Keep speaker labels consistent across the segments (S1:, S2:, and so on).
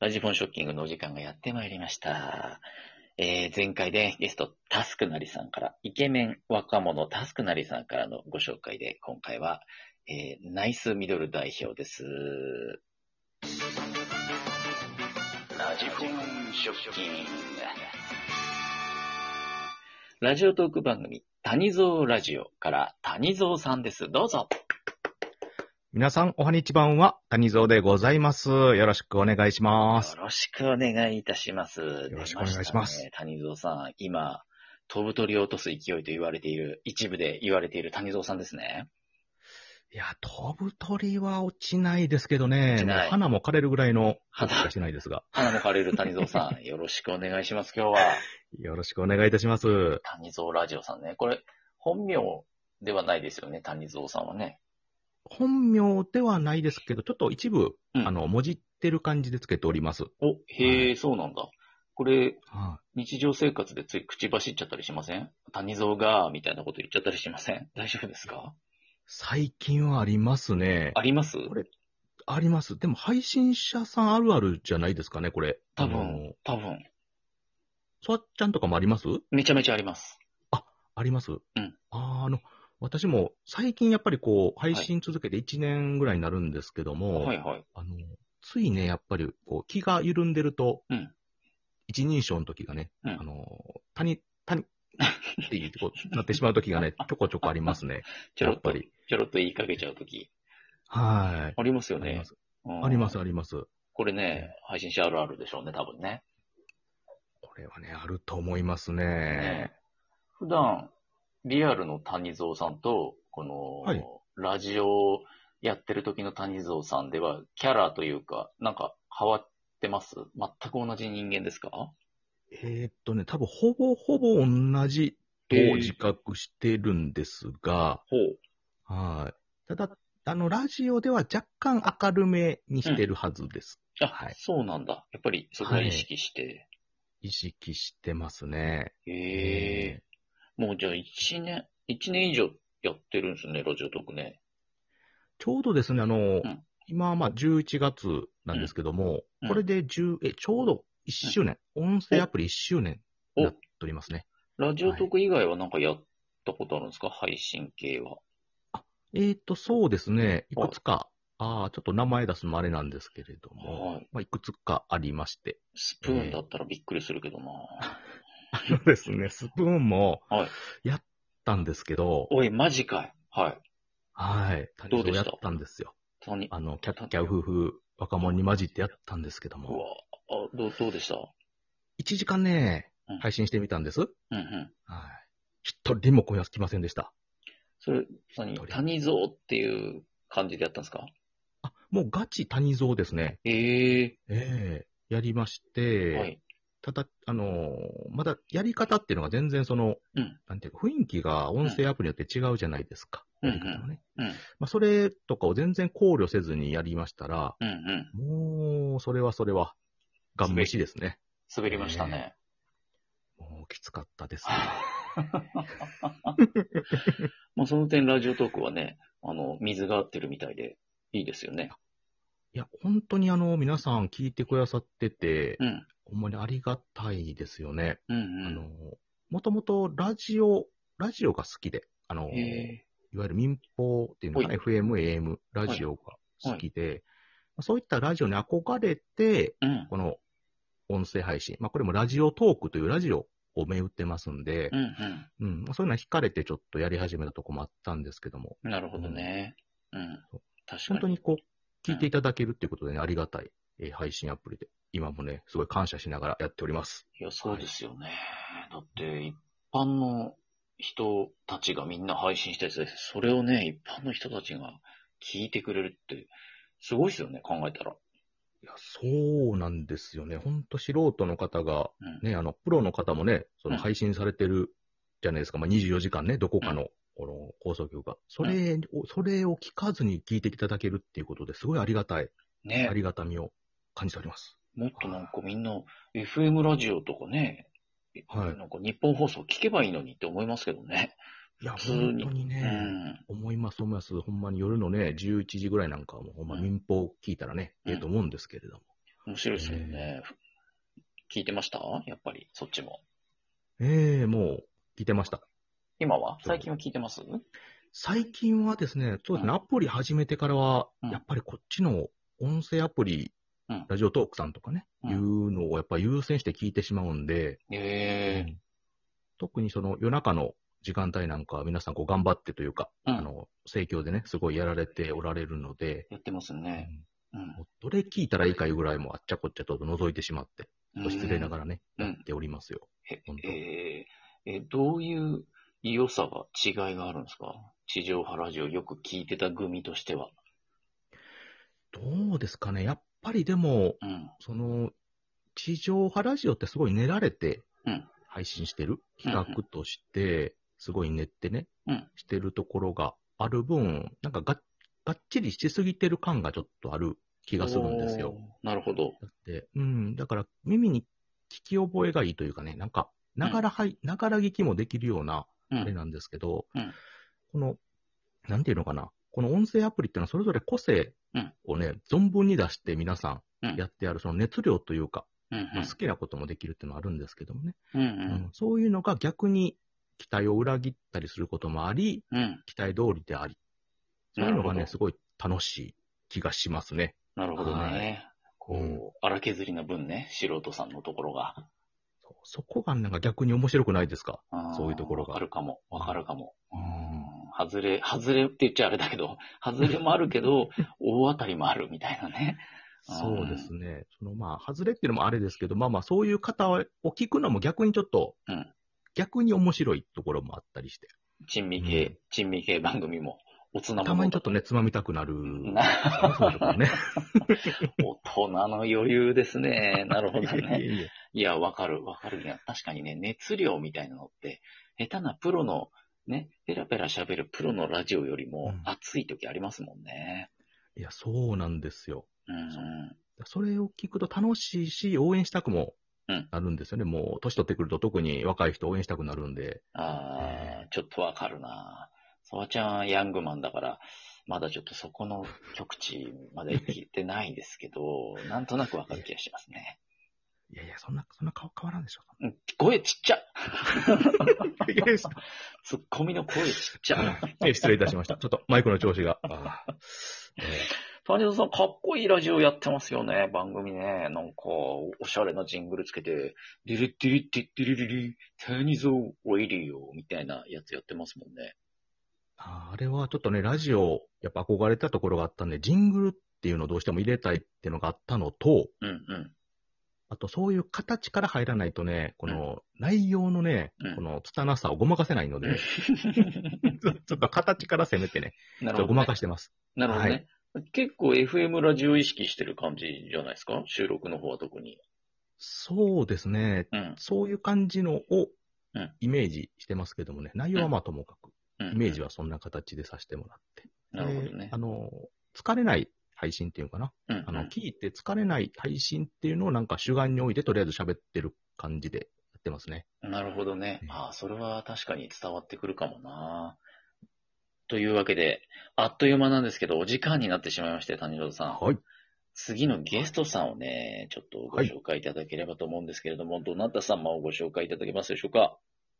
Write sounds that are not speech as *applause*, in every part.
S1: ラジフォンショッキングのお時間がやってまいりました。えー前回でゲスト、タスクなりさんから、イケメン若者タスクなりさんからのご紹介で、今回は、えーナイスミドル代表です。ラジフォンショッキング。ラジオトーク番組、谷蔵ラジオから谷蔵さんです。どうぞ。
S2: 皆さん、おはにちばんは、谷蔵でございます。よろしくお願いします。
S1: よろしくお願いいたします。よ
S2: ろしくお願いします
S1: 谷蔵さん、今、飛ぶ鳥を落とす勢いと言われている、一部で言われている谷蔵さんですね。
S2: いや、飛ぶ鳥は落ちないですけどね
S1: 落ち、
S2: もう
S1: ない
S2: 花も枯れるぐらいの
S1: 花
S2: 落ちないですが、
S1: 花も枯れる谷蔵さ
S2: *laughs*
S1: ん、よろしくお願いします、今日は。
S2: よろしくお願いいたします。
S1: 谷蔵ラジオさんね。これ、本名ではないですよね、谷蔵さんはね。
S2: 本名ではないですけど、ちょっと一部、
S1: うん
S2: あの、文字ってる感じでつけております。
S1: お、へえ、そうなんだ。これ、
S2: は
S1: 日常生活でつい口走っちゃったりしません谷蔵が、みたいなこと言っちゃったりしません大丈夫ですか
S2: い最近はありますね。
S1: あります
S2: これあります。でも、配信者さんあるあるじゃないですかね、これ。
S1: 多
S2: あ
S1: 分
S2: の、
S1: 多分。
S2: そわっちゃんとかもあります
S1: めちゃめちゃあります。。
S2: ありますうんあーあの、私も最近やっぱりこう、配信続けて1年ぐらいになるんですけども、
S1: はいはい。
S2: あの、ついね、やっぱりこう、気が緩んでると、
S1: うん
S2: 一人称の時がね、
S1: うん
S2: あの、谷、谷っていうこうなってしまう
S1: *laughs*
S2: 時がね、ちょこちょこありますね。
S1: ちょろっと
S2: やっぱり
S1: ちょろっと言いかけちゃうとき。
S2: はい。
S1: ありますよ
S2: ありま
S1: ね。
S2: す、
S1: うん
S2: あります、。あります。
S1: これね、配信者あるあるでしょうね、多分ね。
S2: これはね、あると思います
S1: ね
S2: ね。
S1: 普段、リアルの谷蔵さんと、この、
S2: はい
S1: ラジオやってる時の谷蔵さんでは、キャラというか、なんか変わってます全く同じ人間ですか
S2: えーっとね、多分ほぼほぼ同じと
S1: へー
S2: 自覚してるんですが、
S1: ほう。
S2: はい。ただ、あの、ラジオでは若干明るめにしてるはずです。
S1: あ、
S2: はい
S1: そうなんだ。やっぱりそこは意識して。
S2: 意識してますね。
S1: へえ。もうじゃあ1年、一年以上やってるんですね、ラジオトークね。
S2: ちょうどですね、あの、
S1: ん
S2: 今はまあ11月なんですけども、
S1: うん
S2: これで10、え、ちょうど1周年、音声アプリ1周年になっておりますね。
S1: ラジオトーク以外はなんかやったことあるんですか、配信系は。
S2: えっ、と、そうですね、い
S1: お
S2: くつか、ああ、ちょっと名前出すのもあれなんですけれども、
S1: はい。
S2: まあ、いくつかありまして。
S1: スプーンだったらびっくりするけどな、
S2: そうですね、スプーンも
S1: はい、
S2: やったんですけど、
S1: おい、マジかい。はい。
S2: はい、
S1: どうでした
S2: やったんですよ。
S1: たに、
S2: あの、キャッキャウフフ、若者に混じってやったんですけど
S1: うわ
S2: も、
S1: あどう、どうでした
S2: 1時間ね
S1: うん、
S2: 配信してみたんです。
S1: うんうん。
S2: はい。一人も声がつきませんでした。
S1: それ、何
S2: どれ
S1: 谷蔵っていう感じでやったんですか
S2: あ、もうガチ谷蔵ですね。
S1: ええ
S2: ええやりまして、
S1: はい。
S2: ただ、あのーまだやり方っていうのが全然その、
S1: うん
S2: なんていうか、雰囲気が音声アプリによって違うじゃないですか。
S1: うん
S2: やり方のね。
S1: うん。
S2: まあ、それとかを全然考慮せずにやりましたら、
S1: うんうん。
S2: もう、それはそれは、ガン虫ですね。
S1: 滑りましたね。
S2: もう、きつかったですね。
S1: まあ、その点、ラジオトークはね、あの、水が合ってるみたいで、いいですよね。
S2: いや、本当にあの、皆さん聞いてくださってて
S1: う、ん。
S2: ほんまにありがたいですよね。
S1: うん
S2: あ
S1: う
S2: の
S1: ん。、
S2: もともとラジオ、ラジオが好きで、あの、
S1: え
S2: い
S1: え
S2: わゆる民放っていうのかな、
S1: は
S2: FM、AM、ラジオが好きで、まあそういったラジオに憧れて、
S1: うん。
S2: この音声配信、まあこれもラジオトークというラジオを銘打ってますんで
S1: う、んうん。
S2: うん、まあそういうのは惹かれてちょっとやり始めたとこもあったんですけども、
S1: なるほどね。うん
S2: そう。
S1: 確かに。
S2: 本当にこう、聞いていただけるっていうことでね、ありがたい、えー配信アプリで、今もね、すごい感謝しながらやっております。
S1: いや、そうですよね。だって、一般の人たちがみんな配信したやつで、それをね、一般の人たちが聞いてくれるって、すごいですよね、考えたら。
S2: いや、そうなんですよね。ほんと素人の方が、
S1: うん。
S2: ね、あの、プロの方もね、そ
S1: うん
S2: の配信されてるじゃないですか。まあ、24時間ね、どこかの、この放送局が。それを、それを聞かずに聞いていただけるっていうことですごいありがたい、あ
S1: ね、
S2: りがたみを感じております。
S1: もっとなんかみんな、FM ラジオとかね、
S2: はい
S1: なんか日本放送聞けばいいのにって思いますけどね。
S2: いや、
S1: 普通に
S2: 本当に
S1: う
S2: ね、
S1: ん。
S2: 思います、思います。ほんまに夜のね、11時ぐらいなんかはもう、ほんま民放聞いたらね、
S1: うん
S2: ええと思うんですけれども。
S1: 面白いですよね。聞いてましたやっぱり、そっちも。
S2: ええもう、聞いてました。
S1: 今は
S2: そう
S1: 最近は聞いてます
S2: 最近はですね、そうですね、
S1: うん
S2: アプリ始めてからは、
S1: うん
S2: やっぱりこっちの音声アプリ、
S1: うん
S2: ラジオトークさんとかね、
S1: うん
S2: いうのをやっぱり優先して聞いてしまうんで、
S1: ええ
S2: 特にその夜中の時間帯なんかは皆さんこう頑張ってというか、
S1: うん
S2: あの、盛況でね、すごいやられておられるので、
S1: やってますね。うん
S2: もうどれ聞いたらいいかいうぐらいもうあっちゃこっちゃと覗いてしまって、ちょっと失礼ながらね、
S1: うん
S2: やっておりますよ。
S1: え
S2: 本当
S1: えーえ、どういう良さが、違いがあるんですか地上波ラジオよく聞いてた組としては。
S2: どうですかね、やっぱりでも、
S1: うん。
S2: その、地上波ラジオってすごい練られて
S1: うん、
S2: 配信してる、企画として、すごい練ってね、
S1: うん
S2: してるところがある分、なんかががっちりしすぎてる感がちょっとある気がするんですよ。
S1: おー。なるほど。
S2: だって、うん、だから耳に聞き覚えがいいというかね、なんか、ながらはい、ながら聞きもできるような、
S1: う
S2: あれ
S1: ん。
S2: なんですけど、
S1: うん
S2: この、なんていうのかな、この音声アプリってのはそれぞれ個性
S1: うん
S2: をね、存分に出して皆さ
S1: うん
S2: んやってある、その熱量というか、
S1: うん
S2: まあ好きなこともできるっていうのはあるんですけどもね、
S1: うん。う
S2: うん
S1: ん。
S2: そういうのが逆に期待を裏切ったりすることもあり、
S1: うん。うん。
S2: 期待通りであり、そういうのがね、すごい楽しい気がしますね。
S1: なるほど
S2: は
S1: ね。こう、荒削りな分ね、素人さんのところが。
S2: そうそこがなんか逆に面白くないですか
S1: ん
S2: そういうところが
S1: わかるかも。わかるかも。
S2: うん
S1: うん。外れ、外れって言っちゃあれだけど、 *laughs* 外れもあるけど、大当たりもあるみたいなね。
S2: そうですね。そのまあ、外れっていうのもあれですけど、まあまあ、そういう方を聞くのも逆にちょっと、
S1: うん
S2: 逆に面白いところもあったりして、
S1: 珍味
S2: う
S1: 系
S2: ん、
S1: 珍味系番組も、大人もの
S2: たまにちょっとね、つまみたくなる。
S1: な
S2: そういうとこ
S1: *laughs*
S2: ろね。
S1: 大人の余裕です
S2: *laughs*
S1: ね。なるほど
S2: い
S1: ね。
S2: えいえ
S1: いや、わかる、わかるね。確かにね、熱量みたいなのって、下手なプロの、ね、ペラペラ喋るプロのラジオより
S2: う
S1: も
S2: ん
S1: 熱い時ありますもんね。
S2: いや、そうなんですよ。
S1: うん。
S2: そうそれを聞くと楽しいし、応援したくも
S1: うん
S2: なるんですよね。もう、年取ってくると特に若い人応援したくなるんで。
S1: あ
S2: え
S1: あ、ちょっとわかるな。ソワちゃん、ヤングマンだから、まだちょっとそこの局地まで行ってないですけど、なんとなくわかる気がしますね。
S2: いやいや、そんな、そんな顔変わらんでしょ
S1: うん声ちっちゃ *laughs*
S2: う。いやいや
S1: ツッコミの声ちっちゃ
S2: え失礼いたしました。ちょっとマイクの調子が。あーえー
S1: 谷田さん、かっこいいラジオやってますよね、番組ね。なんか、おしゃれなジングルつけて、ディリディリディディリディリ、谷蔵ラディオみたいなやつやってますもんね。
S2: あーあれはちょっとね、ラジオ、やっぱ憧れたところがあったんで、ジングルっていうのをどうしても入れたいっていうのがあったのと、
S1: うんうん。
S2: あとそういう形から入らないとね、この内容のね、
S1: うん
S2: この拙さをごまかせないので、 *laughs* ちょっと形から攻めてね、
S1: な
S2: ちょ
S1: るほど、
S2: っとご
S1: ね
S2: ま。かしてます。
S1: なるほどね。結構 FM ラジオ意識してる感じじゃないですか収録の方は特に。
S2: そうですね、
S1: うん。
S2: そういう感じのを
S1: うん
S2: イメージしてますけどもね、内容はまあともかく、
S1: うん、
S2: イメージはそんな形でさせてもらって。
S1: なるほどね
S2: であ。の、疲れない配信っていうのかな。
S1: うんう
S2: あの、
S1: ん。
S2: 聞いて疲れない配信っていうのをなんか主眼に置いてとりあえず喋ってる感じでやってますね。
S1: なるほどね
S2: う。ん
S1: ああ、それは確かに伝わってくるかもな。というわけで、あっという間なんですけど、お時間になってしまいまして、谷戸さん。
S2: はい。
S1: 次のゲストさんをね、ちょっとご紹介いただければと思うんですけれども、どなた様をご紹介いただけますでしょうか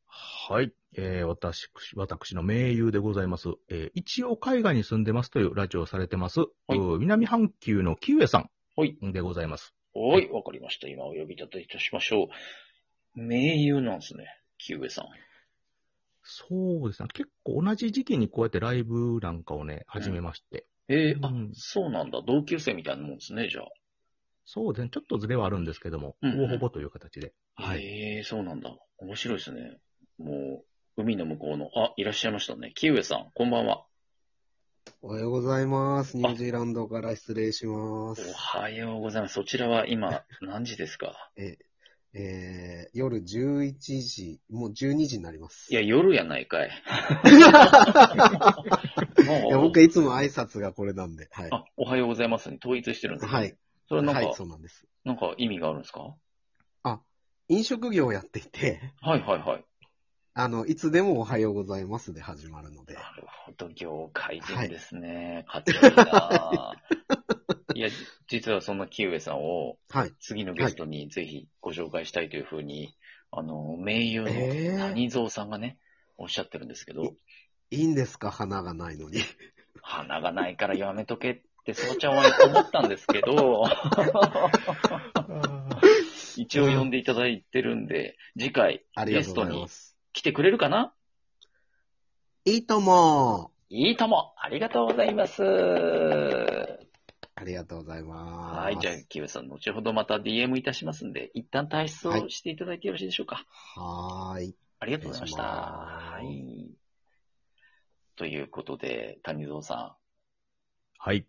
S2: はい。えー、私、私の名優でございます。えー、一応海外に住んでますというラジオをされてます。
S1: いう
S2: ー南半球のキウエさ
S1: ほい。
S2: んでございます。
S1: おい、わかりました。今お呼びいただいたしましょう。名優なんですね、木上さん。
S2: そうですね。結構同じ時期にこうやってライブなんかをね、始めまして。
S1: えー、あ、
S2: うん
S1: そうなんだ。同級生みたいなもんですね、じゃ
S2: そうですね。ちょっとずれはあるんですけども、
S1: うん
S2: ほぼほぼという形で。
S1: あ。
S2: はい
S1: *laughs* えー、そうなんだ。面白いですね。もう、海の向こうの、あ、いらっしゃいましたね。木上さん、こんばんは。
S3: おはようございます。ニュージーランドから失礼します。
S1: おはようございます。そちらは今、何時ですか
S3: えー、夜11時、もう12時になります。
S1: いや、夜やないかい。もう
S3: いや僕はいつも挨拶がこれなんで。はい。
S1: あ、おはようございますに統一してるんですか
S3: はい。
S1: それはなんか、
S3: はい、そうなんです。
S1: なんか意味があるんですかは
S3: 飲食業をやっていて、
S1: いはいはい。
S3: あの、いつでもおはようございますで始まるので。
S1: なるほど、業界人ですね。かっこいいないや、じ実はそんなキウエさんを
S3: はい。
S1: 次のゲストにぜひご紹介したいというふうに、あの、名優の谷蔵さんがね、おっしゃってるんですけど、
S3: いいんですか花がないのに。
S1: 鼻がないからやめとけって、そばちゃんは思ったんですけ *laughs* ど、一応呼んでいただいてるんで、次回
S3: ありが
S1: ゲ
S3: とう
S1: ス
S3: ご
S1: ト
S3: ざい
S1: に
S3: ます。
S1: 来てくれるかない
S3: いとも
S1: いいともありがとうございます
S3: ありがとうございます。
S1: はい、じゃあ、キムさん、後ほどまた DM いたしますんで、一旦退出をしていただいてよろしいでしょうか。
S3: はーい。
S1: ありがとうございました。
S3: お願
S1: はい
S3: します
S1: い。ということで、谷蔵さ
S2: はい。
S1: ん、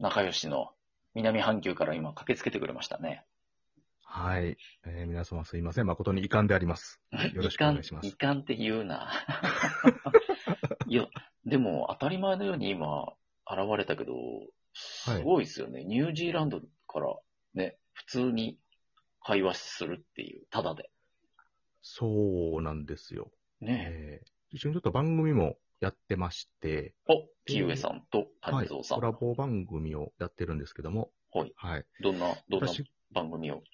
S1: 仲良しの南半球から今駆けつけてくれましたね。
S2: はい。えー皆様すいません。誠に遺憾であります。よろしくお願いしま
S1: 遺
S2: す
S1: 憾遺憾って言う
S2: *laughs*
S1: な。いや、でも当たり前のように今現れたけど、すごいですよね。ニュージーランドからね、普通に会話するっていう、ただで。
S2: そうなんですよ。
S1: ねえ。
S2: えー一緒にちょっと番組もやってまして、
S1: お、木上さんと谷蔵さん。
S2: コラボ番組をやってるんですけども、
S1: はい。
S2: はい。
S1: どんな、どんな
S2: 私、
S1: 番組を。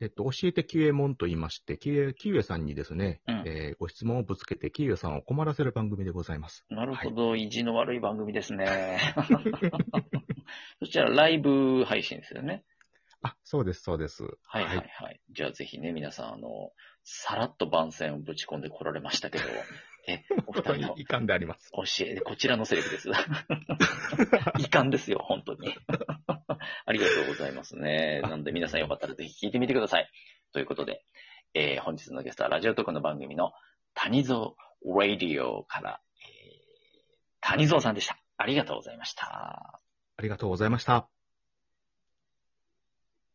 S2: えっと、教えてキュエモンと言いまして、キュエ、キュエさんにですね、
S1: うん
S2: えーご質問をぶつけて、キュエさんを困らせる番組でございます。
S1: なるほど、意地の悪い番組ですね。
S2: *laughs*
S1: そしたらライブ配信ですよね。
S2: あ、そうです、そ
S1: *laughs*
S2: うです。
S1: はいはいは。
S2: はい
S1: じゃあぜひね、皆さん、あの、さらっと番宣をぶち込んでこられましたけ
S2: *laughs*
S1: ど、え、お二人
S2: 誠に
S1: の
S2: *laughs* 遺憾であります。
S1: 教え、こちらのセリフです。 *laughs* 遺憾ですよ、本当に。ありがとうございますね。なんで皆さんよかったらぜひ聞いてみてください。ということで、えー本日のゲストはラジオトークの番組の谷蔵ラディオから、えー谷蔵さんでした。ありがとうございました。
S2: ありがとうございました。